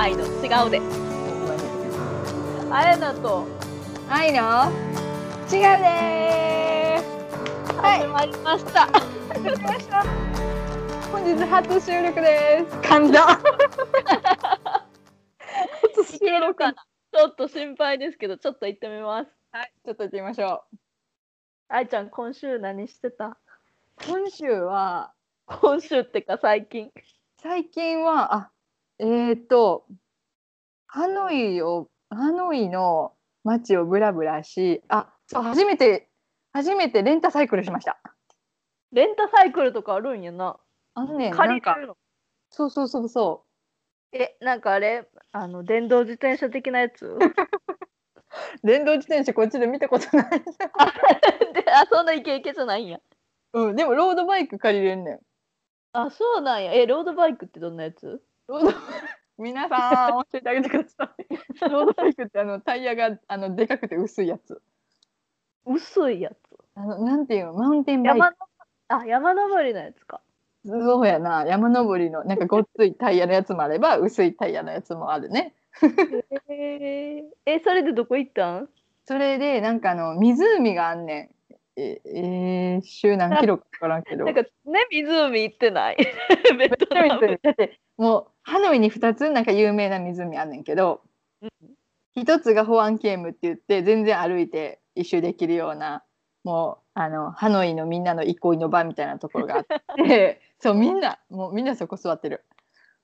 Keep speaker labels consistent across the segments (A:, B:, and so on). A: 顔であやなと
B: 愛の違うで
A: 始まりました、
B: ーす。ました。本日初収録です。神 田。初
A: い、けるかなちょっと心配ですけどちょっと行ってみます
B: はい、ちょっと行ってみましょ
A: あいちゃん今週何してた
B: う。今週は
A: 今週ってか最近
B: 最近はあえー、っとハノイをハノイの街をブラブラし、あそう初めて初めてレンタサイクルしました。
A: レンタサイクルとかあるんやな
B: あのね、
A: 借
B: な
A: り
B: ん
A: て
B: か
A: るの
B: そうそうそうそう。
A: えなんかあれあの電動自転車的なや つ
B: 電動自転車こっちで見たことない。
A: であそんなイケイケじゃないんや
B: うん、でもロードバイク借りれんねん。
A: あそうなんやえロードバイクってどんなやつ
B: ロード皆さん教えてあげてください。ロードバイクってあのタイヤがあのでかくて薄いやつ。
A: 薄いやつ
B: あのなんていうのマウンテンバイク
A: 山のあ山登りのやつか
B: そうやな山登りのなんかごっついタイヤのやつもあれば薄いタイヤのやつもあるね。
A: へええそれでどこ行ったん
B: それでなんかあの湖があんねん。ええー、週何キロか分からんけど。
A: なんかね湖行ってない ベト
B: めっちゃ
A: ナム
B: 湖だってもうハノイに2つなんか有名な湖あんねんけど、一つがホアンケームって言って全然歩いて一周できるようなもうあのハノイのみんなの憩いの場みたいなところがあって そうみんなもうみんなそこ座ってる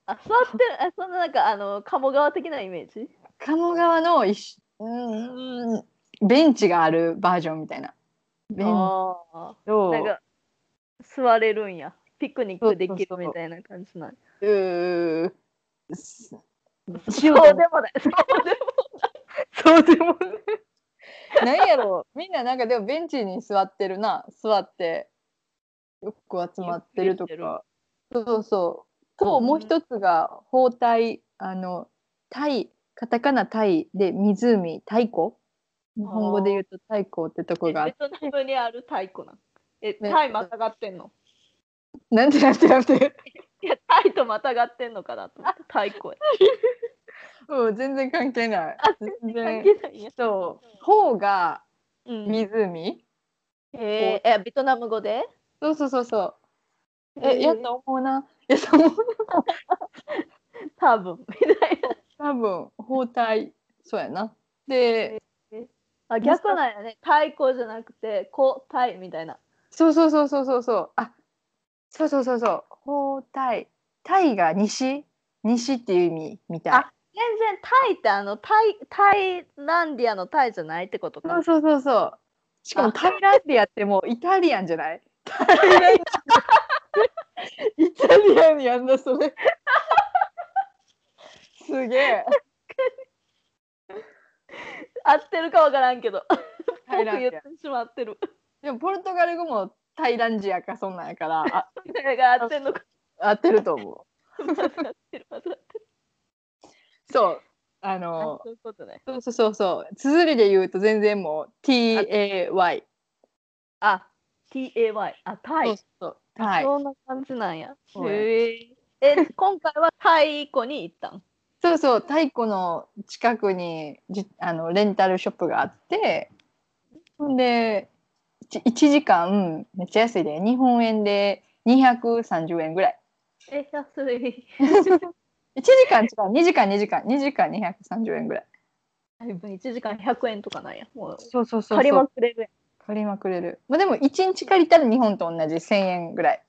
A: あ座ってるあそんななんかあの鴨川的なイメージ
B: 鴨川の一周うーんベンチがあるバージョンみたいなベン
A: ああ
B: チを
A: なんか座れるんやピクニックできるみたいな感じなんや
B: うーす
A: そう
B: そう
A: でもないそうでも
B: そうでもね。なんやろうみんななんかでもベンチに座ってるな座ってよく集まってると
A: ゆっくりして
B: かそうそうそうともう一つが包帯あのタイカタカナタイで湖太鼓日本語で言うと太鼓ってとこがあっ
A: ベ
B: て
A: トナムにある太鼓なんえ
B: ね
A: タイまたがってんの
B: なんてなんてなんて
A: いやタイとまたがってんのかなと思って太鼓や
B: うん全然関係ない全
A: 関
B: 然
A: 係ないんや
B: そう方が
A: うん
B: 湖
A: えー、えベトナム語で
B: そうそうそうそう
A: えー
B: えやと思うなやと思う
A: 多分みたいな
B: 多分包帯そうやなで
A: あ逆なんやね太鼓じゃなくてこタイみたいな
B: そうそうそうそうそうそうあそうそうそうそう包帯タイが西西っていう意味みたい
A: あ全然タイってあのタイタイランディアのタイじゃないってこと
B: そう
A: か
B: そうそうそうしかもタイランディアってもうイタリアンじゃないタイランディアイタリアンやんなそれ すげえ
A: 合ってるかわからんけど
B: タイラ
A: 僕
B: ン
A: 言
B: デ
A: っ
B: ィア
A: てしまってる
B: でもポルトガル語もタイランジアかそんなんやからあ
A: それが合ってんのか
B: 合ってると思
A: また合って るまた合ってる
B: うそうあ
A: あ
B: の
A: そういうことね
B: そうそうそうそう。綴りで言うと全然もう TAY。
A: あ TAY あタイ
B: そうそう。はい。
A: そんな感じなんや
B: そうや
A: へええ今回はタイ湖に行ったん
B: そうそう。太古の近くにじあのレンタルショップがあって、ほんで1時間めっちゃ安いで日本円で230円ぐらい。
A: え安 い
B: 1時間違う。2時間2時間2時間230円ぐらい。
A: 1時間100円とかなんやもう
B: そうそうそうそう。
A: 借りまくれるやん
B: 借りまくれる。まあでも1日借りたら日本と同じ1000円ぐらい。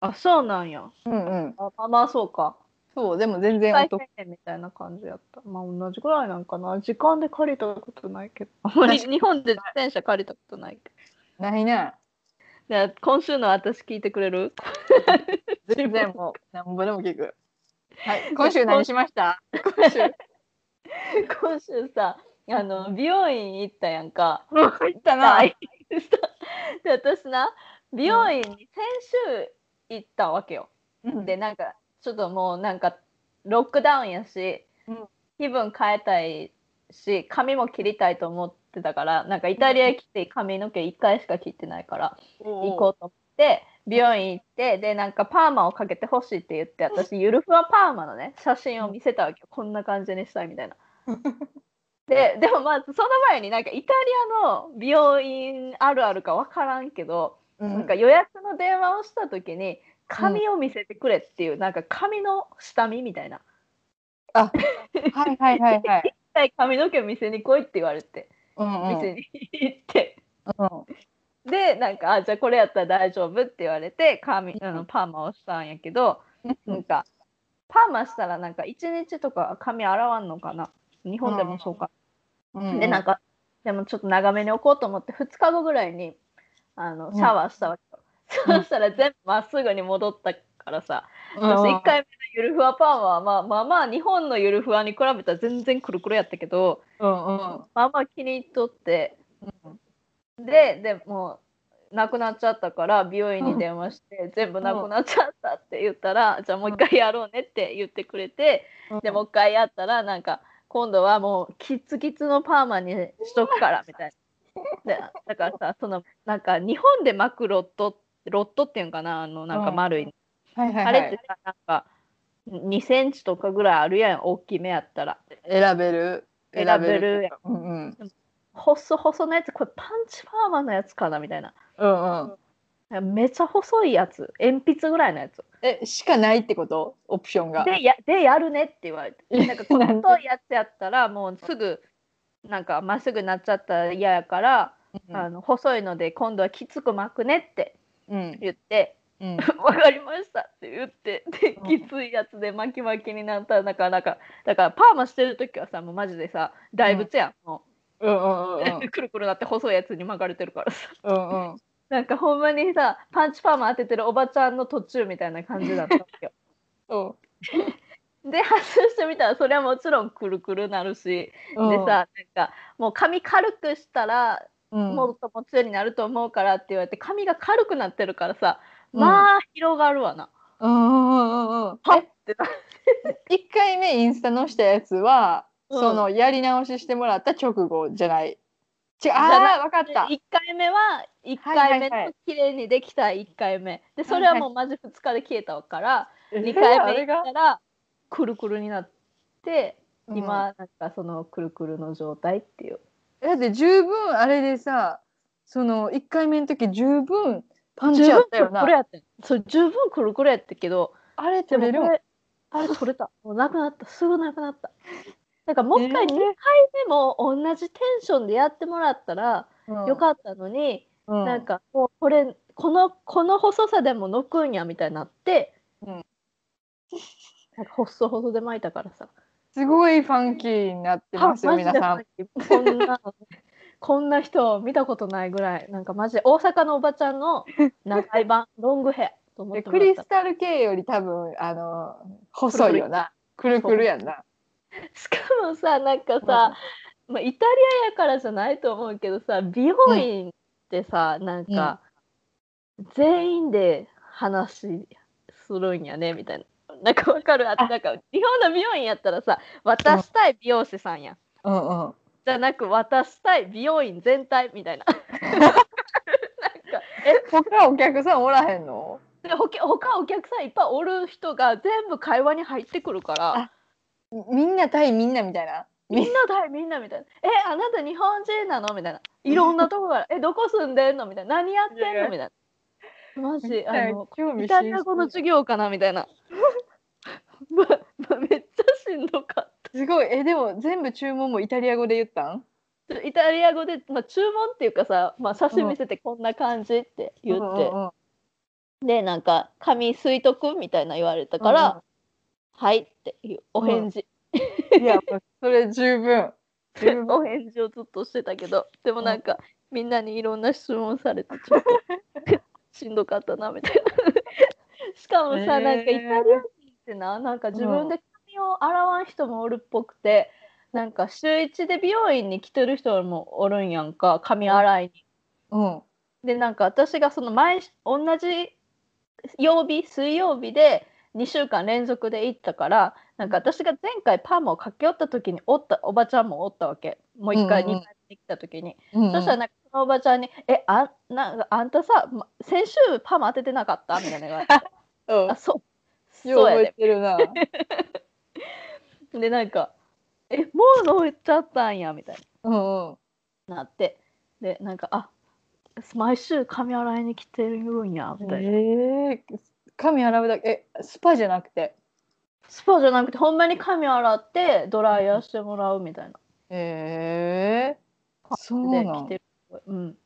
A: あそうなんや
B: うんうん。
A: あまあまあそうか
B: そうでも全然お
A: 大
B: 得。
A: 変みたいな感じやったまあ同じぐらいなんかな時間で借りたことないけど
B: かに
A: 日本で自転車借りたことないけど
B: ないな。
A: じゃあ今週の私聞いてくれる
B: 全然もうなんぼでも聞く。はい、今週何しました？ 今週。
A: 今週さあの美容院行ったやんか
B: もう入ったな。
A: はい で私な美容院に先週行ったわけよ、で
B: で、
A: なんかちょっともうなんかロックダウンやし、
B: うん
A: 気分変えたいし髪も切りたいと思ってたからなんかイタリアへ来て髪の毛1回しか切ってないから行こうと思って美容院行ってでなんかパーマをかけてほしいって言って 私ゆるふわパーマのね写真を見せたわけよこんな感じにしたいみたいな。 ででもまあその前になんかイタリアの美容院あるあるか分からんけど、
B: うん
A: なんか予約の電話をした時に髪を見せてくれっていう、なんか髪の下見みたいな。
B: はいはいはいはい。
A: 一回髪の毛見せに来いって言われて
B: うんうん
A: 店に行って。
B: うん
A: でなんかあじゃあこれやったら大丈夫って言われて髪あのパーマをしたんやけど、なんかパーマしたらなんか1日とか髪洗わんのかな日本でもそうか、
B: うん
A: でなんかでもちょっと長めに置こうと思って2日後ぐらいにあのシャワーしたわけよ、
B: うん
A: そうしたら全部まっすぐに戻ったからさ、
B: うん
A: 私1回目のゆるふわパーマはまあまあまあ日本のゆるふわに比べたら全然くるくるやったけど、
B: うんうん
A: まあまあ気に入っとって、ででもうなくなっちゃったから美容院に電話して、全部なくなっちゃったって言ったら、じゃあもう一回やろうねって言ってくれて、
B: うん
A: でもう一回やったらなんか今度はもうキッツキツのパーマにしとくからみたいな。でだからさそのなんか日本で巻くロットロットっていうんかなあのなんか丸い、
B: はいはい
A: あ
B: は
A: れって
B: い。
A: さなんか2センチとかぐらいあるやん大きめやったら
B: 選べる
A: 選べるやん。
B: うんうん
A: 細細のやつこれパンチパーマのやつかなみたいな
B: うんうん。
A: めちゃ細いやつ鉛筆ぐらいのやつ
B: えしかないってことオプションが。
A: でやでやるねって言われてなんかこ
B: なんで
A: 細いやつやったらもうすぐなんかまっすぐなっちゃったら嫌やから、あの細いので今度はきつく巻くねって
B: うん
A: 言って
B: うん
A: 「わかりました」って言ってで
B: うん
A: きついやつで巻き巻きになったらなんかなんかだからパーマしてる時はさもうマジでさ大仏やん、も
B: うんうん
A: う くるくるなって細いやつに巻かれてるからさ。
B: うんうん。
A: なんかほんまにさパンチパーマ当ててるおばちゃんの途中みたいな感じだったわ けよ。
B: そ
A: で発生してみたらそれはもちろんくるくるなるし、
B: うん。
A: でさなんかもう髪軽くしたら
B: うん、
A: もっともつようになると思うからって言われて髪が軽くなってるからさ
B: うん
A: まあ広がるわな。
B: うんうんうんうん。
A: はっってな
B: え一回目インスタのしたやつは、
A: うん
B: そのやり直ししてもらった直後じゃない。違う。
A: じゃな
B: ああわかった。
A: 1回目は1回目の綺麗にできた1回目でそれはもうマジ2日で消えたから2回目行ったらくるくるになって。今なんかそのくるくるの状態っていう、
B: だって十分あれでさその1回目の時十分パンチやったよ
A: くるくる
B: な
A: やってんそう十分くるくるやったけど
B: あれ
A: でも
B: 取れ
A: こ
B: る
A: れあれ取れ たもうなくなったすぐなくなったなんかもう一回
B: えー
A: 2回目も同じテンションでやってもらったらよ
B: っ
A: かったのに、
B: た、
A: なんかもうこれこのこの細さでものくんやみたいになって、
B: うん
A: なんか細々で巻いたからさ
B: すごいファンキーになってますよ
A: あマジで
B: 皆さん
A: こんなこんな人見たことないぐらいなんかマジで大阪のおばちゃんの長い版ロングヘアと思っ
B: で
A: ても
B: ク
A: らっ
B: リ
A: た
B: スタル系より多分あの細いよなくるくるやんな
A: しかもさなんかさ、まあ、イタリアやからじゃないと思うけどさ美容院ってさ、なんか、全員で話するんやねみたいな。なんかわかるあ
B: あ
A: なんか日本の美容院やったらさ渡したい美容師さんやん
B: うんうん
A: じゃなく渡したい美容院全体みたいな なんか
B: え他お客さんおらへんの
A: でほけ他お客さんいっぱいおる人が全部会話に入ってくるから
B: あみんな対みんなみたいな
A: みんなだいみんなみたいな 「えあなた日本人なの?」みたいないろんなとこから「 えどこ住んでんの?」みたいな「何やってん
B: いやい
A: の?」
B: や
A: みたいなマ
B: みん
A: ジ
B: な
A: あの
B: 興
A: イ
B: 味
A: タ
B: 津
A: リア語の
B: 々
A: 授業かなみたいな ままめっちゃしんどかっ
B: すごいえでも全部注文もイタリア語で言ったん
A: たイタリア語で、まあ、注文っていうかさ、まあ、写真見せてこんな感じって言って、
B: うんうんうん
A: でなんか「髪すいとく?」みたいな言われたから「はい」っていうお返事、
B: いやもうそれ十分十分
A: お返事をずっとしてたけどでもなんか、みんなにいろんな質問されてちょっと しんどかったなみたいな しかもさ、
B: えー
A: なんかイタリア人ってななんか自分で髪を洗わん人もおるっぽくて、なんか週一で美容院に来てる人もおるんやんか髪洗いに。
B: うん
A: でなんか私がその毎週同じ曜日水曜日で2週間連続で行ったからなんか私が前回パーマをかけおった時におったおばちゃんもおったわけもう1回
B: うんうん
A: 2回目に来た時に、
B: うんうん
A: そしたらなんかそのおばちゃんに「えあなんかあんたさま先週パーマ当ててなかった?」みたいな言われて
B: うん
A: あそう
B: よう
A: そうや
B: 覚え
A: で
B: てるな。
A: でなんか「えもう乗っちゃったんや」みたい
B: う んうん。
A: になってでなんか「あ毎週髪洗いに来てるんや」みたいな、
B: ええ髪洗うだけ、え、スパじゃなくて。
A: スパじゃなくてほんまに髪洗ってドライヤーしてもらうみたいな
B: ええそう
A: で
B: な
A: 来
B: ん
A: て。るうん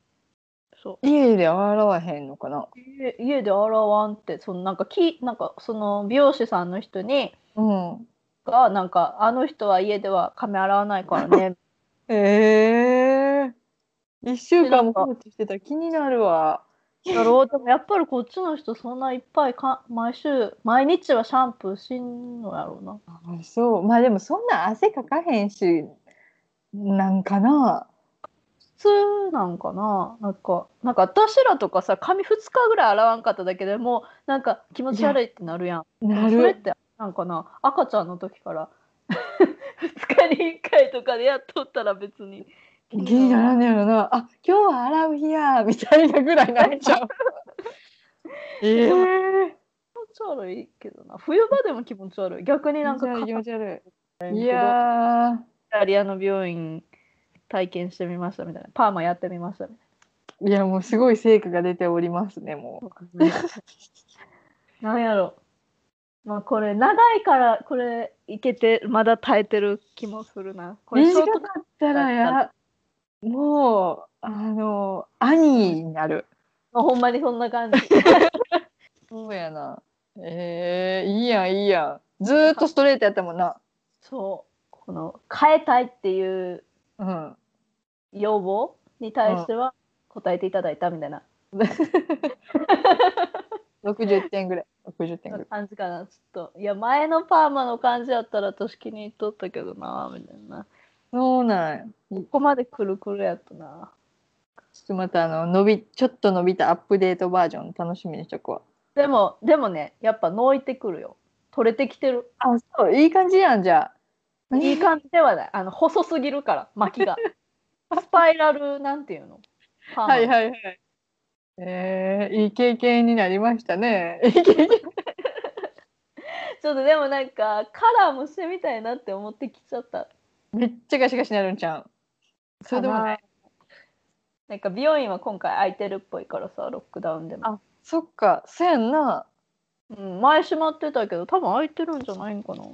A: そう
B: 家で洗わへんのかな。
A: 家家で洗わんってそのなんかきなんかその美容師さんの人に
B: うん。
A: がなんかあの人は家では髪洗わない からね
B: ええ一週間も
A: でな
B: 放
A: んか
B: 置してたら気になるわ。
A: だろうでもやっぱりこっちの人そんないっぱいか毎週毎日はシャンプーしんのやろうな
B: あそう。まあでもそんな汗かかへんし、なんかな。
A: 普通なんかななんかなんか私らとかさ髪2日ぐらい洗わんかっただけでもうなんか気持ち悪いってなるやん
B: な
A: それっ
B: る。
A: てなんかな赤ちゃんの時から2日に1回とかでやっとったら別に
B: 気にならんねやろな。あ、今日は洗う日やみたいなぐらいになっ ちゃう。ええ
A: 気持ち悪いけどな冬場でも気持ち悪い逆になんか
B: 気
A: 肩
B: 持ち悪
A: た
B: い。い
A: いや
B: やー。
A: イタリアの病院体験してみましたみたいなパーマやってみましたみ
B: いやもうすごい成果が出ておりますねも
A: たいななんやろまあこれ長いからこれいけてまだ耐えてる気もするなこ
B: う。
A: れ
B: 短
A: ショー
B: か
A: ト
B: ったらやもうあの兄になる。
A: まあほんまにそんな 感じ
B: そうやな。えー、いいやんいいやん。ずーっとストレートやったもんな。
A: そうこの変えたいっていう
B: うん。
A: 要望に対しては答えていただいたみたいな
B: 六十点ぐらい。六十点ぐらい。
A: 感じかなちょっといや前のパーマの感じやったら私気に入っとったけどなみたいな
B: そうなんや。
A: ここまでくるくるやったな
B: ちょっとまたあの伸びちょっと伸びたアップデートバージョン楽しみにしとくわ。
A: でもでもねやっぱ脳いてくるよ取れてきてる
B: あそういい感じやんじゃあ。
A: いい感じではないあの細すぎるから巻き がスパイラルなんていうのパーマ
B: はいはいはい。えー、いい経験になりましたね。いい経験。
A: ちょっとでもなんかカラーもしてみたいなって思ってきちゃった
B: めっちゃガシガシなるんちゃう。そうでもない。
A: なんか美容院は今回空いてるっぽいからさロックダウンでも
B: あそっか、そやんな。
A: うん、前閉まってたけど多分空いてるんじゃないんかな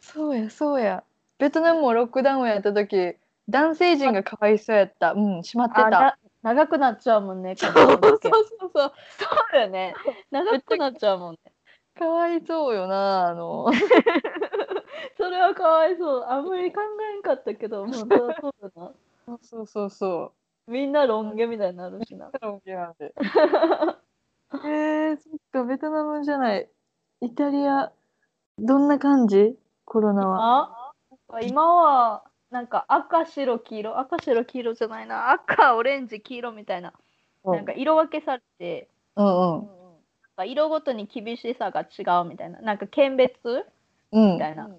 B: そうや、そうや。ベトナムもロックダウンやった時、男性陣がかわいそうやった。うん、しまって
A: あ
B: た。
A: な長くなっちゃうもんね
B: そうそう
A: そう
B: そうそう。
A: だよね長くなっちゃうもんね
B: かわいそうよな、あの。
A: それはかわいそうあんまり考えんかったけどもうそうだな
B: そうそうそうそ
A: みんなロン毛みたいになるしな
B: う。なんで。 えー、そっか、ベトナムじゃない。イタリア、どんな感じコロナは。
A: あ今はなんか赤白黄色赤白黄色じゃないな赤オレンジ黄色みたいななんか色分けされて
B: うんうん。
A: なんか色ごとに厳しさが違うみたいななんか県別
B: うん
A: みたいな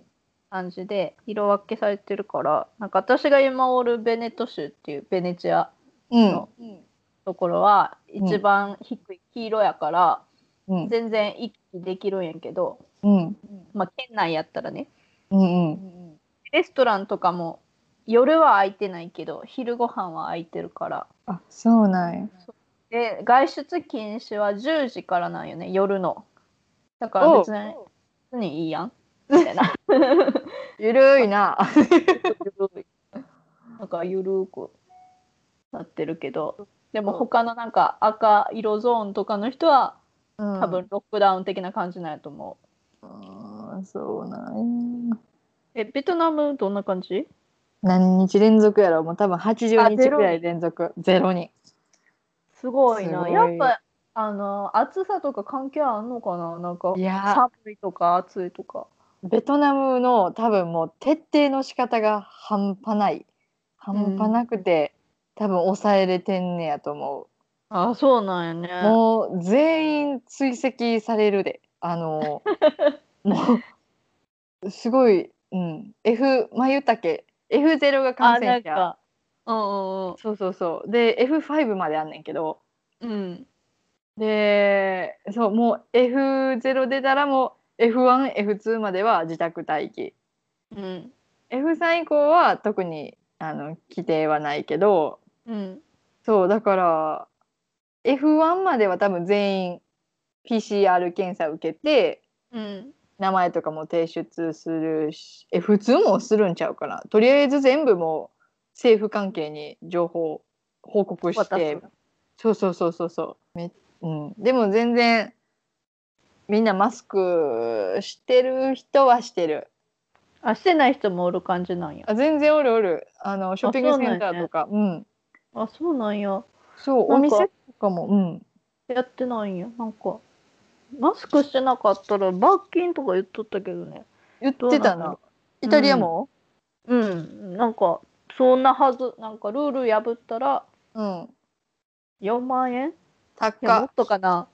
A: 感じで色分けされてるからなんか私が今おるベネト州っていうベネチア
B: うん。
A: ところは
B: うん
A: 一番低い黄色やから、
B: うん。
A: 全然一気できるんやけど、
B: うん。
A: まあ、県内やったらね
B: うん。うん。
A: レストランとかも夜は空いてないけど昼ご飯は空いてるから
B: あ、そうなんや。
A: で外出禁止は10時からなんよね夜のだから
B: おう
A: 別に別にいいやんみたいな
B: ゆるいな。
A: なんかゆるくなってるけどでも他のなんか赤色ゾーンとかの人は多
B: 多
A: 分ロックダウン的な感じなんやと思う。
B: あーそうなんや
A: え、ベトナムどんな感じ
B: 何日連続やろもう多分
A: あ
B: 80
A: ゼ
B: 日
A: ロ
B: ぐらい連続ゼロに
A: すごいな。
B: すごい
A: やっぱ、あの、暑さとか関係あんのかななんか
B: い、や
A: 寒いとか暑いとか。
B: ベトナムの多分もう徹底の仕方が半端ない半端なくて、多分抑えれてんねやと思
A: あ、そうなん
B: う、
A: やね。
B: もう全員追跡されるであ のもうすごい、うん、F 眉茸 F0 が
A: あ、
B: 感
A: な
B: 染
A: ん
B: 者
A: か、うん
B: そうそうそうで F5 まであんねんけど
A: うんうん
B: でそうもう F0 出たらもう F1F2 までは自宅待機
A: うん
B: F3 以降は特にあの規定はないけど
A: うん
B: そうだから F1 までは多分全員 PCR 検査受けて
A: うん
B: 名前とかも提出するしえ普通もするんちゃうかなとりあえず全部もう政府関係に情報報告し
A: 渡
B: て
A: す
B: そうそうそうそうそうめ、うん、でも全然みんなマスクしてる人はしてる
A: あしてない人もおる感じなんや
B: あ全然おるおるあのショッピングセンターとかうん
A: あそうなんや
B: そう
A: な
B: お
A: んか
B: 店とかもうん
A: やってないんやなんかマスクしてなかったら罰金とか言っとったけどね
B: 言って
A: ど
B: た
A: うなんだ
B: な
A: ろ
B: イタリアも
A: うんなんかそんなはずなんかルール破ったら
B: うん
A: 4万円いやも
B: 高
A: っとか な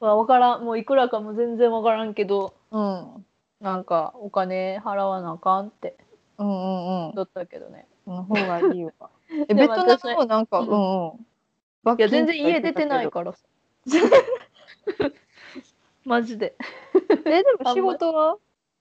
A: わ分からんもういくらかも全然分からんけど
B: うん
A: なんかお金払わなあかんって
B: うんうんうん
A: だったけどね
B: の方がい いわ。え、
A: で
B: ベ
A: も
B: トナ
A: 私
B: ムもなんか、
A: う
B: うんんうん。罰
A: いや
B: 金
A: 全然家出てない
B: と
A: からさ マジで
B: か言ってたけど。え、でも仕事は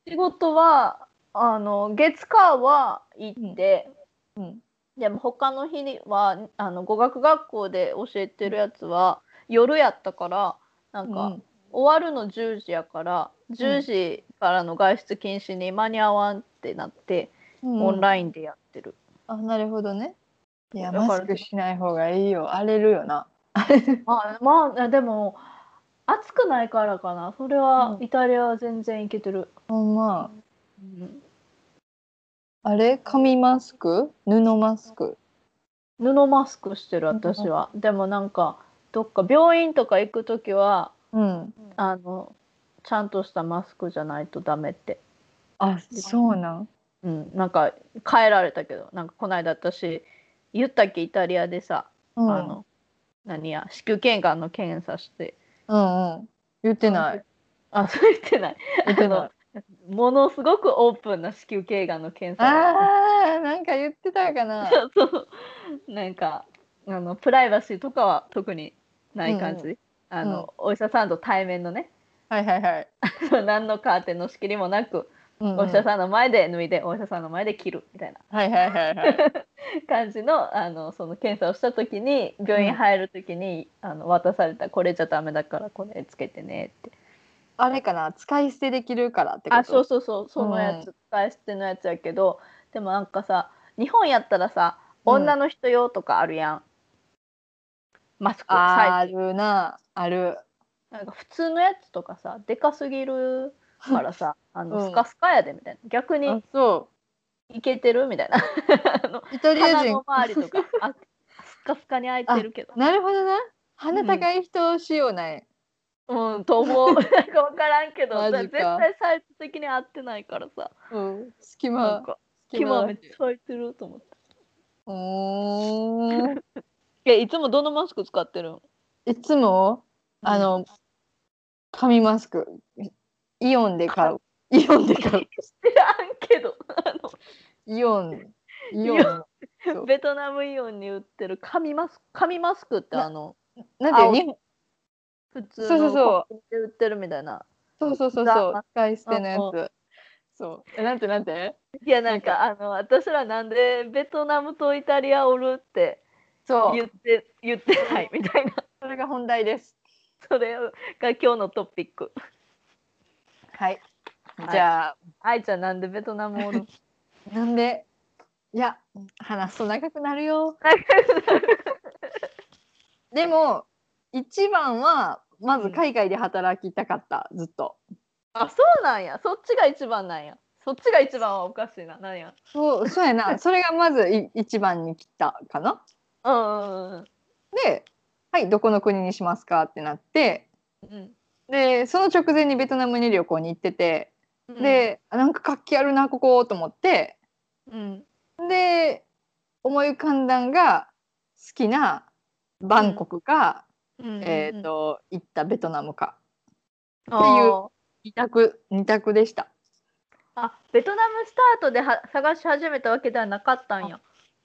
A: 仕事はあの月火は行って、
B: うん。
A: でも他の日にはあの語学学校で教えてるやつは夜やったからなんか、
B: うん
A: 終わるの10時やから10時からの外出禁止に間に合わんってなって、オン
B: イン。
A: ラインでやってる。
B: あ、なるほどね。いや、
A: だから
B: マスクしない方がいいよ。荒れるよな。
A: まあ、まあ、でも暑くないからかなそれは
B: うん
A: イタリアは全然いけてる、
B: ほんま。
A: うん
B: あれ紙マスク布マスク
A: 布マスクしてる私は、でもなんかどっか病院とか行く時は
B: うん。
A: あのちゃんとしたマスクじゃないとダメって、
B: あ、そうなん。
A: うん、なんか変えられたけどなんかこの間私言ったっけイタリアでさ、
B: うん。
A: あの何や子宮頸がんの検査して
B: うんうん。言ってない。
A: あそう言ってない
B: 言ってない。
A: ものすごくオープンな子宮頸がんの検査
B: あー、なんか言ってたかな。
A: そう なんかあのプライバシーとかは特にない感じ、
B: う
A: あのお医者さんと対面のね
B: はいはいはい。
A: 何のカーテンの仕切りもなく、
B: うんうん
A: お医者さんの前で脱いでお医者さんの前で切るみたいな
B: はいはいはいはい。
A: 感じのあのその検査をした時に病院入る時に、あの渡された「これじゃダメだからこれつけてね」って
B: あれかな使い捨てできるからってこと
A: あそうそうそうそのやつ、使い捨てのやつやけどでもなんかさ日本やったらさ
B: うん
A: 女の人用とかあるやん、マスクサ
B: あ
A: イズ
B: るなある
A: なんか普通のやつとかさでかすぎるからさあの、
B: うん
A: スカスカやでみたいな逆に
B: そ
A: いけてるみたいなあの
B: うイタリア
A: 鼻
B: 人
A: の周りとかあスカスカに開いてるけど
B: なるほどな鼻高い人仕様ない、
A: うんと思う なんか分からんけど
B: マジか
A: 絶対サイズ的に合ってないからさ
B: うん、隙
A: なん
B: 間
A: か
B: 隙
A: 今めっ
B: う
A: ちゃ開いてると思って。
B: ーん
A: えいつもどのマスク使ってるの
B: いつもあの紙マスクイオンで買 うイオンで買う
A: 知らんけどあ
B: イオンイオ
A: イオ
B: ンそ
A: の
B: う
A: ベトナムイオンに売ってる紙マスク紙マスクって
B: な
A: あの
B: なん
A: 青
B: ていう日本
A: 普通
B: そうそうそう
A: のコンビニで売ってるみたいな
B: そうそうそう
A: ザ
B: そう使い捨てのや
A: うん
B: つそうえなんてなんて
A: いやなんかあの私らなんでベトナムとイタリアおるって
B: そう
A: 言って言ってないみたいな
B: それが本題です
A: それが今日のトピック
B: はい
A: はい
B: じゃあ
A: 愛ちゃんなんでベトナムおる
B: なんでいや話すと長くなるよ。でも一番はまず海外で働きたかった、ずっと。
A: あそうなんやそっちが一番なんやそっちが一番はおかしいななんや
B: そうそうやなそれがまずい一番に来たかな。
A: うんうん
B: ではいどこの国にしますかってなって
A: うん
B: でその直前にベトナムに旅行に行ってて
A: うん
B: で、あなんか活気あるなここと思って
A: うん
B: で思い浮かんだんが好きなバンコクか、
A: うん
B: えー、と行ったベトナムか
A: て
B: っていう二択二択でした
A: あベトナムスタートでは探し始めたわけではなかったんや。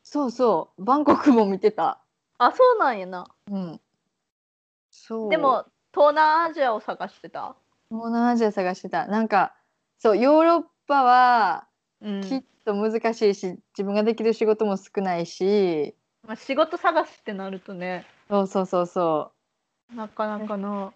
B: そうそうバンコクも見てた
A: あそうなんやな
B: うんそう
A: でも東南アジアを探してた、
B: 東南アジア探してたなんかそうヨーロッパは
A: うん
B: きっと難しいし、自分ができる仕事も少ないし
A: まあ、仕事探しってなるとね
B: そうそうそうそ
A: なかなかな
B: う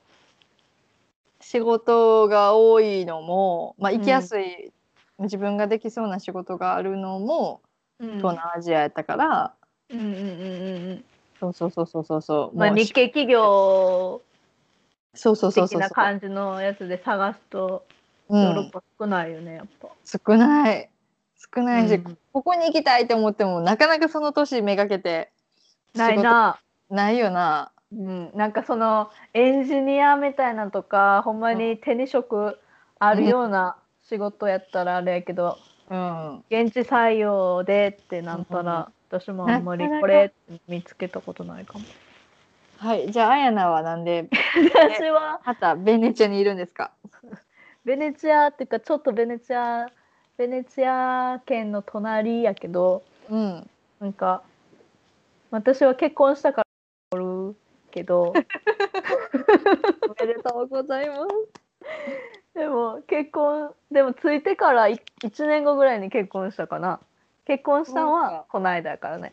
B: 仕事が多いのも、まあ、
A: うん
B: 行きやすい、自分ができそうな仕事があるのも
A: うんうん
B: 東南アジアやったから、
A: うんうんうんうん
B: そうそうそうそうそうそう、
A: まあ、
B: もう
A: 日系企業
B: そうそうそう
A: 的
B: そう
A: な
B: そう、
A: 感じのやつで探すと
B: う
A: ヨーロッ
B: ん、
A: パ少ないよね、やっぱ。
B: 少ない少ないし、
A: うん
B: ここに行きたいと思ってもなかなかその年めがけて
A: ないな、
B: 仕事ないよな
A: うん、なんかそのエンジニアみたいなとかほんまに手に職あるような仕事やったらあれやけど、
B: うん
A: 現地採用でってなったら、私もあんまり
B: なかなか
A: これ見つけたことないかも。
B: はいじゃああやなはなんで
A: 私は
B: またベネチアにいるんですか
A: ベネチアっていうかちょっとベネチアベネチア県の隣やけど
B: うん
A: なんか私は結婚したからおるけ ど。
B: おめでとうございます
A: でも結婚でもついてからい1年後ぐらいに結婚したかな結婚したの
B: そう
A: は
B: か
A: この間やからね、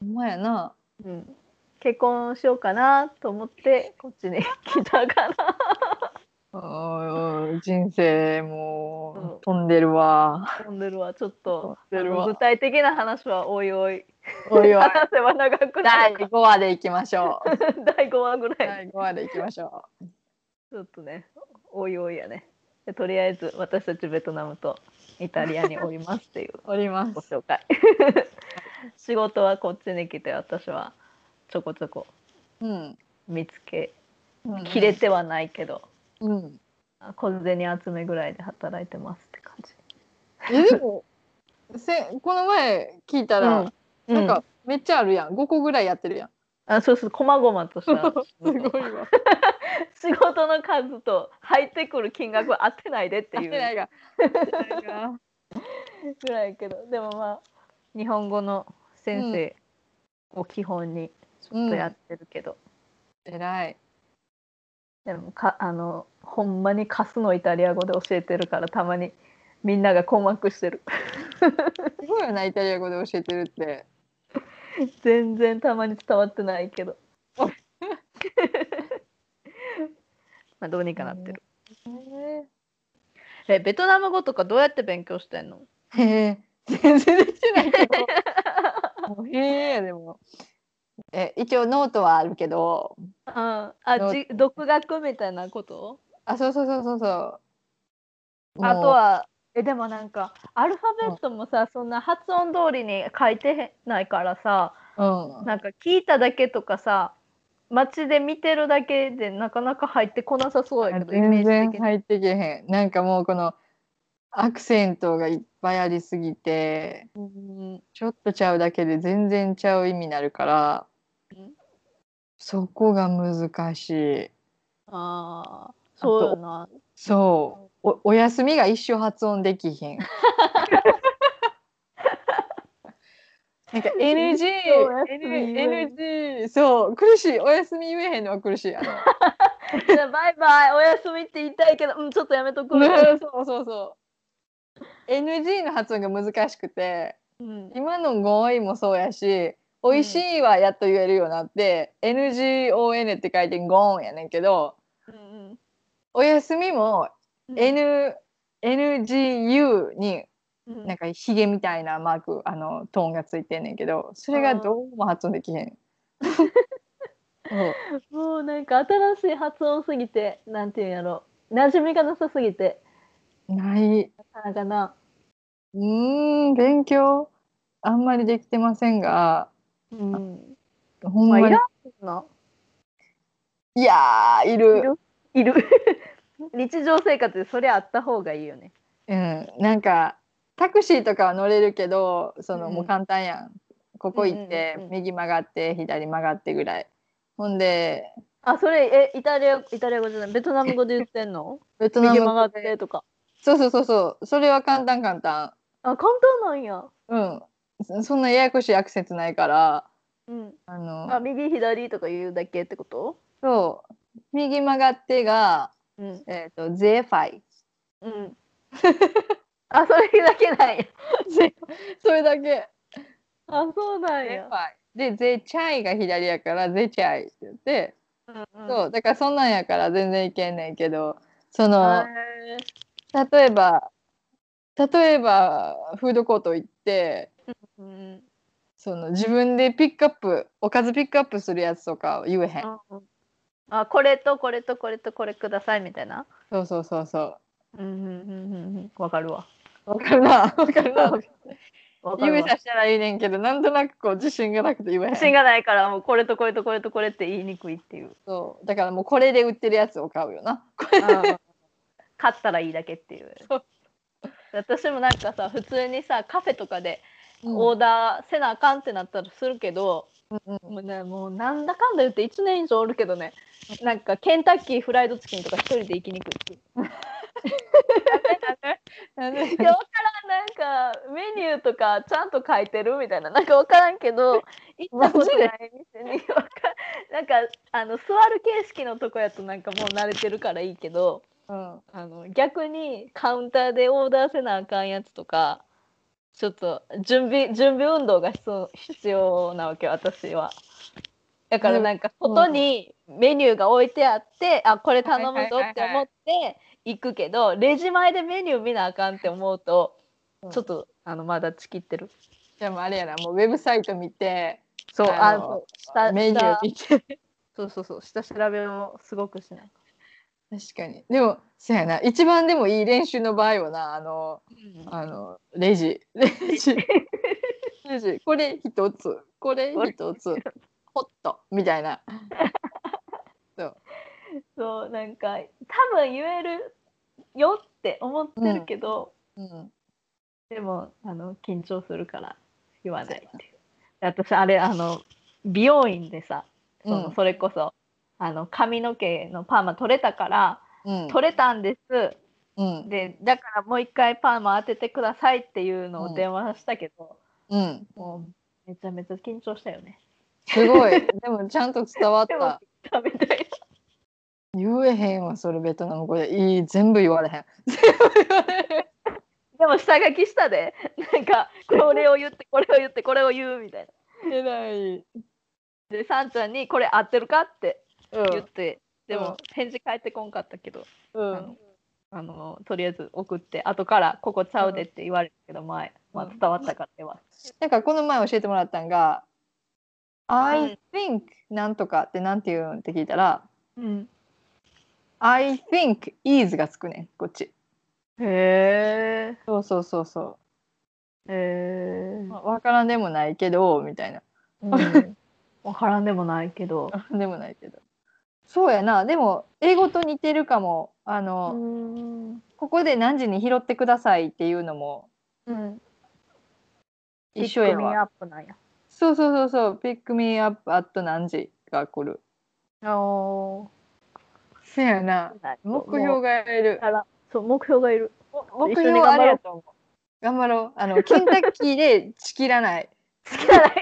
B: ほんまやな
A: うん、結婚しようかなと思ってこっちに来たかな
B: うん人生も
A: うん
B: う飛んでるわ
A: 飛んでるわちょっと
B: 飛んでるわ
A: 具体的な話はおいおい
B: おいおい
A: 話せば長くな
B: 第
A: るか
B: 5話でいきましょう
A: 第5話ぐらい、
B: 第5話でいきましょ
A: ちょっとねおいおいやねでとりあえず私たちベトナムとイタリアにおりますっていう
B: うおりま
A: ご
B: す
A: 紹 介仕事はこっちに来て私はちょこちょこ
B: うん
A: 見つけ
B: うん
A: 切れてはないけど、
B: うん
A: 小銭集めぐらいで働いてますって感じ
B: えでもせこの前聞いたら、
A: うん
B: なんかめっちゃあるやん5個ぐらいやってるやん
A: あそうそう細々とし
B: す
A: た
B: ごいわ
A: 仕事の数と入ってくる金額は合ってないでってい
B: 当て
A: う
B: ないが
A: ぐらいやけどでもまあ日本語の先生を基本にちょっとやってるけど、
B: えらい
A: でもかあのほんまにカスのイタリア語で教えてるからたまにみんなが困惑してる
B: すごいよなイタリア語で教えてるって
A: 全然たまに伝わってないけど まあどうにかなってる、えベトナム語とかどうやって勉強してんの
B: へえ全然できてないけ どもうへえやでもえ一応ノートはあるけど
A: ああじ独学みたいなこと
B: あそうそうそうそうそう
A: あとはえでもなんかアルファベットもさそんな発音通りに書いてへんないからさ
B: もう
A: なんか聞いただけとかさ街で見てるだけでなかなか入ってこなさそうやけ
B: うん
A: どイメ
B: 全
A: ージ
B: 然
A: 的に。
B: 入ってけへんなんかもうこのアクセントがいっぱいありすぎて
A: うん
B: ちょっとちゃうだけで全然ちゃう意味になるから
A: うん
B: そこが難しい
A: ああそうよな。
B: そうおお休みが一生発音できひ んなんか NG
A: お休み言えん
B: NG そう苦しいお休み言えへんのは苦しいあの
A: じゃあバイバイおやすみって言いたいけど、うん、ちょっとやめとく。
B: うん そうそうそう NG の発音が難しくて
A: うん
B: 今の語彙もそうやし美味しいはやっと言えるようになって、NGON って書いてゴーンやねんけど
A: うん
B: お休みも
A: うん、
B: N、NGU に
A: うん
B: なんかヒゲみたいなマークあのトーンがついてんねんけどそれがどうも発音でき へん。そう
A: もうなんか新しい発音すぎてなんていうんやろ馴染みがなさすぎて
B: ない。
A: なかなかな、
B: うーん勉強あんまりできてませんが
A: うん、
B: ほん
A: まあ
B: ま
A: い
B: に
A: らんない
B: やーい
A: い
B: る
A: るいる 日常生活でそれあった方がいいよね
B: うん、なんかタクシーとかは乗れるけどその、
A: うん
B: もう簡単やんここ行って、
A: うんうんうん
B: 右曲がって左曲がってぐらいほんで
A: あそれえイタリアイタリア語じゃないベトナム語で言ってんの
B: ベトナム
A: 右曲がってとか
B: そうそうそうそうそれは簡単簡単
A: あ簡単なんや
B: うんそそんなややこしいアクセントないから
A: うん、
B: あの
A: あ右左とか言うだけってこと
B: そう右曲がってが、
A: うん。
B: えー、とゼーファイ
A: うん、 あそれだけなん や。
B: それだけ
A: あそうなん
B: ゼー
A: や
B: フ。ァイでゼーチャイが左やからゼーチャイって言って、
A: うん
B: そうだからそんなんやから全然いけんねんけどそ
A: うん。
B: の
A: あ
B: 例えば例えばフードコート行って
A: ーうん
B: その自分でピックアップおかずピックアップするやつとか言えへん
A: うんあこれとこれとこれとこれくださいみたいな。
B: そうそうそうそう
A: うんうんうんうんうんわかるわ。
B: わかるなわかるな
A: わかる
B: 指
A: わ
B: さしたらいいねんけどなんとなくこう自信がなくて 言えへん
A: 自信がないからもうこれとこれとこれとこれって言いにくいっていう。
B: そうだからもうこれで売ってるやつを買うよなこれ
A: 勝ったらいいだけっていう
B: そう
A: 私もなんかさ普通にさカフェとかでオ
B: う
A: ーダーせなあかんってなったらするけど、
B: ん
A: もうねもうなんだかんだ言って1年以上おるけどねなんかケンタッキーフライドチキンとか一人で行きにくいっていう
B: なんで
A: いや分からんなんかメニューとかちゃんと書いてるみたいななんか分からんけど行ったことない店にわかなんかあの座る形式のとこやとなんかもう慣れてるからいいけど
B: うん
A: あの逆にカウンターでオーダーせなあかんやつとかちょっと準備準備運動が必要必要なわけ私は。だからなんか
B: うん
A: 外にメニューが置いてあって、あこれ頼むぞ
B: はいはいはいはい
A: って思って行くけど、レジ前でメニュー見なあかんって思うと、
B: うん
A: ちょっとあのまだちきってる。
B: じゃあもうあれやなもうウェブサイト見て
A: そう
B: あ
A: あ
B: の
A: そう下
B: メニュー
A: 下
B: 見て
A: そうそうそう下調べをすごくしない。
B: 確かにでもそうやな一番でもいい練習の場合はなあのあのレジレジレジこれ一つこれ一つホットみたいな
A: そうなんか多分言えるよって思ってるけど、
B: うん
A: でもあの緊張するから言わないっていう。で私あれあの美容院でさその、それこそあの髪の毛のパーマ取れたから、
B: うん
A: 取れたんです
B: うん
A: でだからもう一回パーマ当ててくださいっていうの
B: う
A: を
B: ん
A: 電話したけど、
B: うん
A: もうめちゃめちゃ緊張したよね。
B: すごいでもちゃんと伝わっ
A: でも
B: た
A: 食べたい
B: 言えへんわそれベトナム語でいい全部言われへん
A: でも下書きしたでなんかこれを言ってこれを言ってこれを言うみたいな。
B: えらい、
A: でさんちゃんに「これ合ってるか?」って
B: う
A: 言って、で
B: うん
A: も返事返ってこんかったけど、
B: う
A: あのあのとりあえず送って後から「ここちゃうで」って言われるけど前、まあ、
B: うん
A: 伝わったからでは、
B: なんかこの前教えてもらったんが「
A: う
B: I
A: ん
B: think なんとか」ってなんて言うんって聞いたら
A: うん、
B: 「I think is」がつくねんこっち
A: へ
B: そうそうそうそ
A: えへ
B: うまあわからんでもないけどみたいな
A: え分からんでもないけど
B: わからんでもないけどそうやなでも英語と似てるかもあ
A: う
B: の、
A: ん
B: ここで何時に拾ってくださいっていうのも
A: うん
B: 一緒や
A: ピックミー
B: わ
A: アップなんや
B: そうそうそうそうピックミーアップアット何時が来る
A: お
B: そやな目標が得る
A: らそう目標がいる
B: 目
A: 一緒
B: 標
A: に
B: はあ
A: 頑張
B: れ
A: ろ
B: や
A: う
B: と思う。頑張ろう。あの、ケンタッキーでチキら ない。
A: 好きじゃない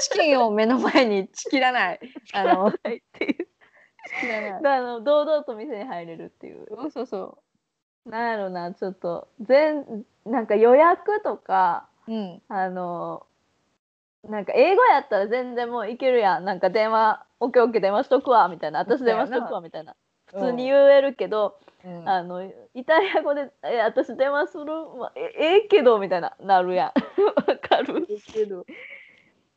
B: チキンを目の前にチキらない。あ の、チ
A: っていう
B: キらない。
A: あの堂々と店に入れるっていう
B: そうそうそ
A: なんやろなちょっと全なんか予約とか
B: う。うん。
A: あのなんか英語やったら全然もういけるやんなんか電話オッケーオッケー電話しとくわみたいな私電話しとくわみたいな普通に言えるけど、
B: うん。
A: あのイタリア語で「え私電話するわえええけど」みたいななるやん わかる
B: けど。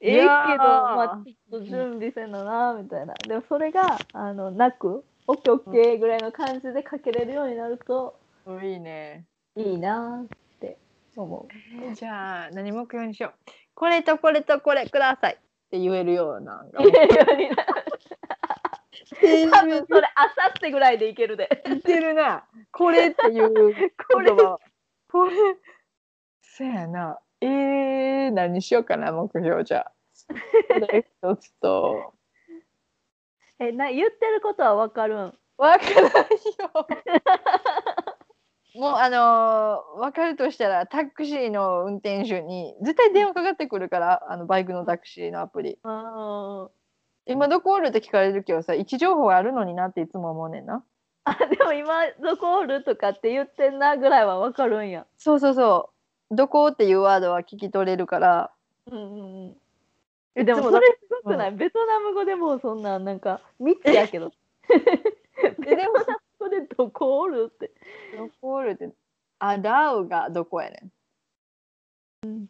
A: ええけど
B: いやー
A: まあちょっと準備せんのなみたいなでもそれがあのなくオッケーオッケーぐらいの感じでかけれるようになると
B: いいね。
A: いいなって思う。
B: じゃあ、何目標にしよう。これとこれとこれください。って言えるような。
A: 言えるようになる多分 それあさってぐらいでいけるで。
B: 似てるな。これっていう
A: これ
B: 言葉を。 これ。そやな。えー、何しようかな、目標じゃ。こ れ一つと。
A: えな言ってることはわかるん。
B: わからんよ。 もうあのー、分かるとしたらタクシーの運転手に絶対電話かかってくるからあのバイクのタクシーのアプリ
A: あ
B: 今どこおるって聞かれるけどさ位置情報あるのになっていつも思うねんな
A: でも今どこおるとかって言ってんなぐらいはわかるんや。
B: そうそうそうどこっていうワードは聞き取れるから
A: うんうんうん。えで
B: い
A: も
B: つも
A: それすごくない、ベトナム語でもうそんななんか未知やけど。
B: え
A: ベ
B: で
A: ト
B: も
A: ナム語でどこおるって。
B: どこおるってアダウがどこやねん、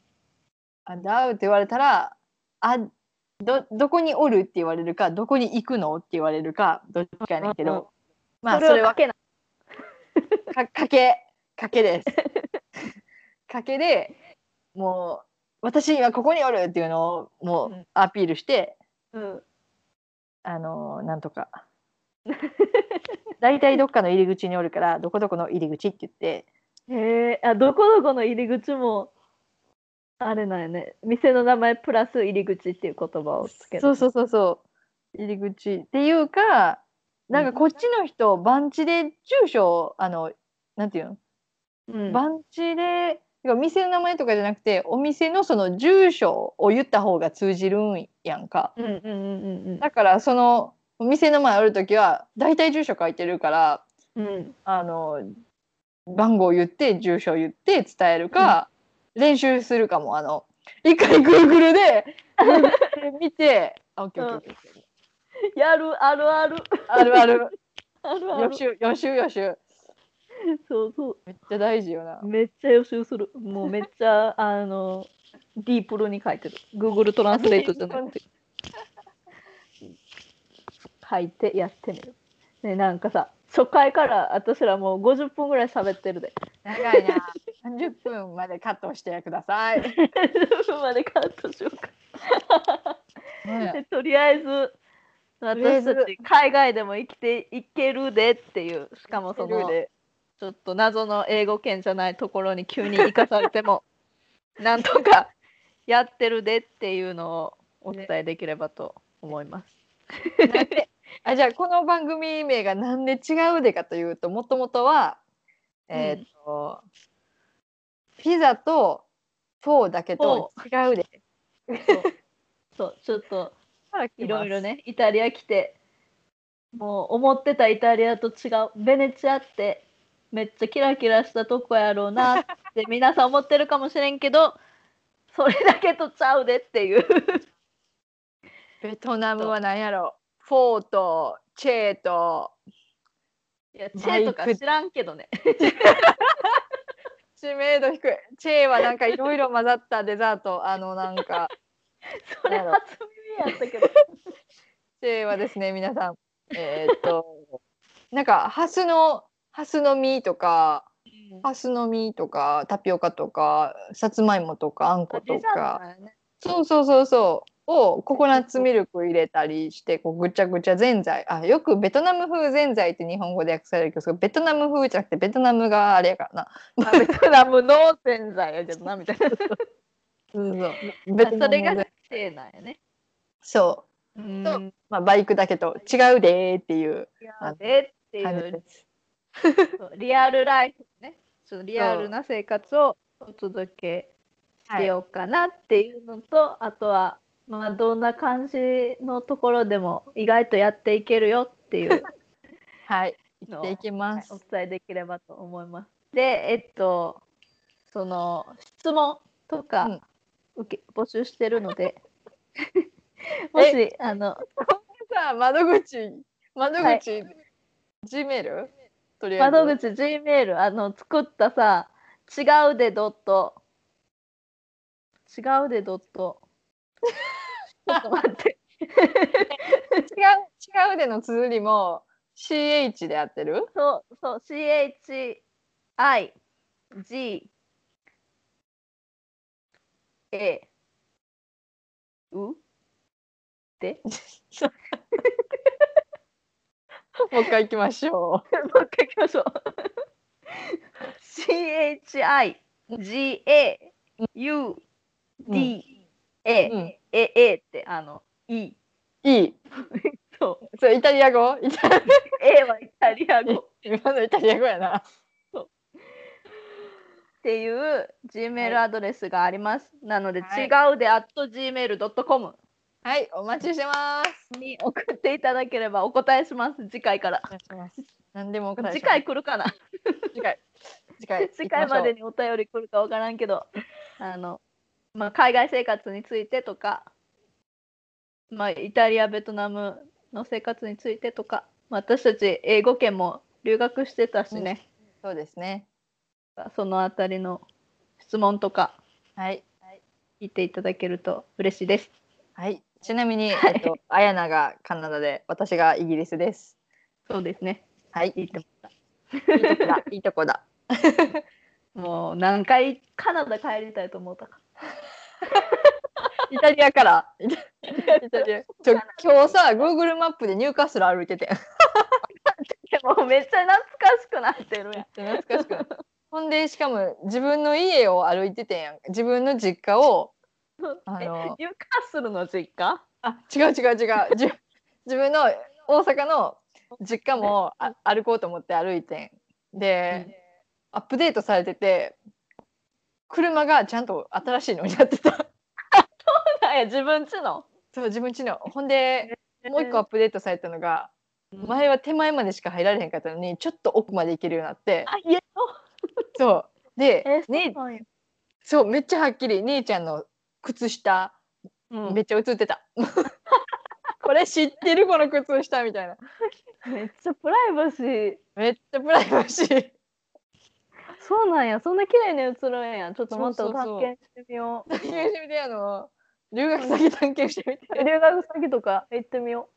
B: アダウって言われたらあどどこにおるって言われるかどこに行くのって言われるかどっちかやねんけど、
A: うんうん
B: まあそ
A: それ
B: れ
A: は
B: は
A: かけない。
B: かかけかけです かけでもう私今ここにおるっていうのをも
A: うん
B: うアピールして、
A: うん。
B: あのなんと か大体どっかの入り口におるからどこどこの入り口って言って
A: へえ、あ、どこどこの入り口も、あれなんやね。店の名前プラス入り口っていう言葉をつける。
B: そうそうそうそう入り口っていうかなんかこっちの人、番地で住所をあのなんていうの、
A: うん。
B: 番地でてか店の名前とかじゃなくてお店のその住所を言った方が通じるんやんか
A: うんうんうんうん
B: だからそのお店の前ある時は大体住所書いてるから
A: うん。うん。
B: あの番号言って住所言って伝えるか、練習するかもあの一回 Google で Google で見てあオッケーオッケーオッケー
A: やるあるある。
B: あるある
A: あるあ
B: 予
A: る。
B: 習予習予習
A: そうそう。
B: めっちゃ大事よな
A: めっちゃ予習する。もうめっちゃ あのディープルに書いてる。Google トランスレートじゃなくて。書いてやってみる。ねなんかさ初回から私らもう50分ぐらい喋ってるで。
B: 長いな30分までカットしてください、
A: 10分までカットしようか。でとりあえず
B: りあえ
A: 私
B: ず
A: たち海外でも生きていけるでっていうしかもその
B: で
A: ちょっと謎の英語圏じゃないところに急に行かされても なんとかやってるでっていうのをお伝えできればと思います。
B: あじゃあこの番組名がなんで違うでかというともともとはえーっ、と、ピザとフォーだけと違うで
A: そうちょっとい
B: い
A: ろ
B: ろ
A: い
B: い
A: ろ
B: ろね
A: ねイタリア来てもう思ってたイタリアと違うベネチアってめっちゃキラキラしたとこやろうなって 皆さん思ってるかもしれんけどそれだけとちゃうでっていう
B: ベトナムは何やろフォーとチェーと
A: いやチェとか知らんけど ね。
B: 知名度低いチェーはなんかいろいろ混ざったデザートあのなんか
A: それ初耳やったけど。
B: チェーはですね皆さんえーっとなんかハスのハスの実とかハスの実とかタピオカとかさつまいもとかあんことか
A: なんやね
B: そうそうそうそうをココナッツミルク入れたりしてこうぐちゃぐちゃぜんざいあよくベトナム風ぜんざいって日本語で訳されるけどそれベトナム風じゃなくてベトナムがあれやからなベトナムの
A: 洗剤やけどなみた いな。
B: そうそうベトナム
A: それが
B: で
A: 正なんやね。
B: そうそ
A: ん。
B: まあ、バイクだけと違うでーっていう
A: リアルでってい
B: 感じ
A: う
B: です。
A: そうリアルライフね。そのリアルな生活をお届けしようかなっていうのと、あとはまあどんな感じのところでも意外とやっていけるよっていう
B: はい、
A: の
B: 行っていきます
A: お。伝えできればと思います。で、えっと、その質問とか受け、募集してるので、もし、あの、
B: さあ窓口窓口、G メールとりあえず
A: 窓口 G メールあの作ったさ違うでドット違うでドット ちょっと待って
B: 違う違うでの綴りも CH で合ってる
A: そうそう CHIG A うでも
B: もう一回行きましょう。
A: う一回いきましょう CHIGAUDA
B: うん、うん、
A: え、えって、あの、いい。
B: いい。
A: そう。
B: それイタリア語イタ
A: A はイタリア語。
B: 今のイタリア語やな。
A: っていう Gmail
B: は
A: アドレスがあります。なので、
B: はい
A: 違うで at gmail.com
B: はい、お待ちしてます。
A: に送っていただければお答えします。次回から。
B: 何でもお答えし
A: 次
B: ます
A: 回来るかな
B: 次回 次回
A: 次回まで
B: 行きし
A: にお便り来るかわからんけど、あの、まあ、海外生活についてとか、まあ、イタリア、ベトナムの生活についてとか、まあ私たち英語圏も留学してたしね、
B: ょうそうですね。
A: そのあたりの質問とか
B: はい
A: 聞いていただけると嬉しいです。
B: はい。ちなみに、えっと、あやながカナダで、私がイギリスです。
A: そうですね。
B: はい。
A: いいと思った。
B: いいとこだ。いいとこだ。
A: もう何回カナダ帰りたいと思ったか。
B: イタリアから。イタリア。ちょ、今日さ、Google マップでニューカッスル歩いてて。
A: でもめっちゃ懐かしくなってるやん。
B: 懐かしくないほんで、しかも、自分の家を歩いててんやん。自分の実家を。あの
A: ニューカッスルの実家
B: あ、違う違う違う。じゅ自分の大阪の実家もあ歩こうと思って歩いてん。で、アップデートされてて、車がちゃんと新しいのになってた。
A: はい自分ちの。
B: そう、自分ちの。ほんで、もう一個アップデートされたのが、前は手前までしか入られへんかったのに、ちょっと奥まで行けるようになって、
A: あ家
B: そう。で
A: え、
B: ね、
A: の、ね
B: そう、めっちゃはっきり、姉ちゃんの靴下、
A: うん、
B: めっちゃ映ってた。 これ知ってるこの靴下みたいな。
A: めっちゃプライバシー。
B: めっちゃプライバシー。
A: そうなんや。そんな綺麗に映るんや。ちょっともっ
B: そ
A: と
B: うそうそう
A: 探検してみよう。
B: 探検してみてあの留学先探検してみて
A: 留学先とか行ってみよ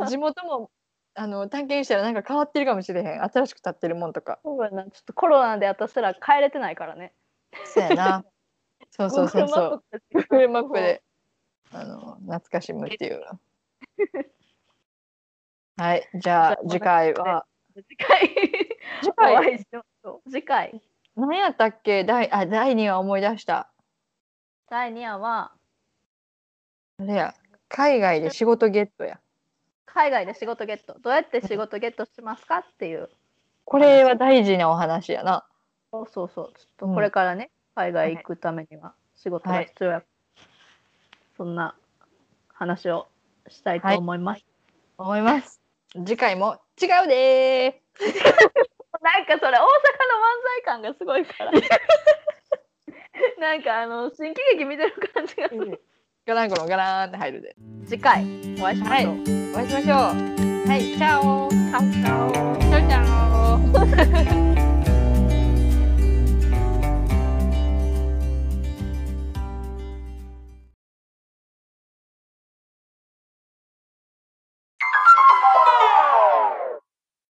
A: う。
B: 地元もあの探検したらなんか変わってるかもしれへん新しく建ってるもんとか
A: そうやな。ちょっとコロナで私ら帰れてないからね。
B: そうやなそうそうそうそう Google マップであの懐かしむっていうはいじゃ
A: じゃあ
B: あ次回は
A: 次回
B: 次
A: お
B: 回
A: 会いしましょう。次回
B: 何やったっけ第あ第2話思い出した
A: 第2話は
B: あれや海外で仕事ゲットや
A: 海外で仕事ゲットどうやって仕事ゲットしますかっていう
B: これは大事なお話やな
A: そうそうそうちょっと
B: うん
A: これからね、海外行くためには仕事が必要や、そんな話をしたいと思います、
B: 思います次回も違うでー
A: なんかそれ大阪の漫才感がすごいから なんかあの新喜劇見てる感じがする、
B: ガランゴロンガラーンって入るで。
A: 次回お会いしましょう、
B: お会いしましょう。はい、チャオ。チ
A: カフカを
B: ャオチャオ。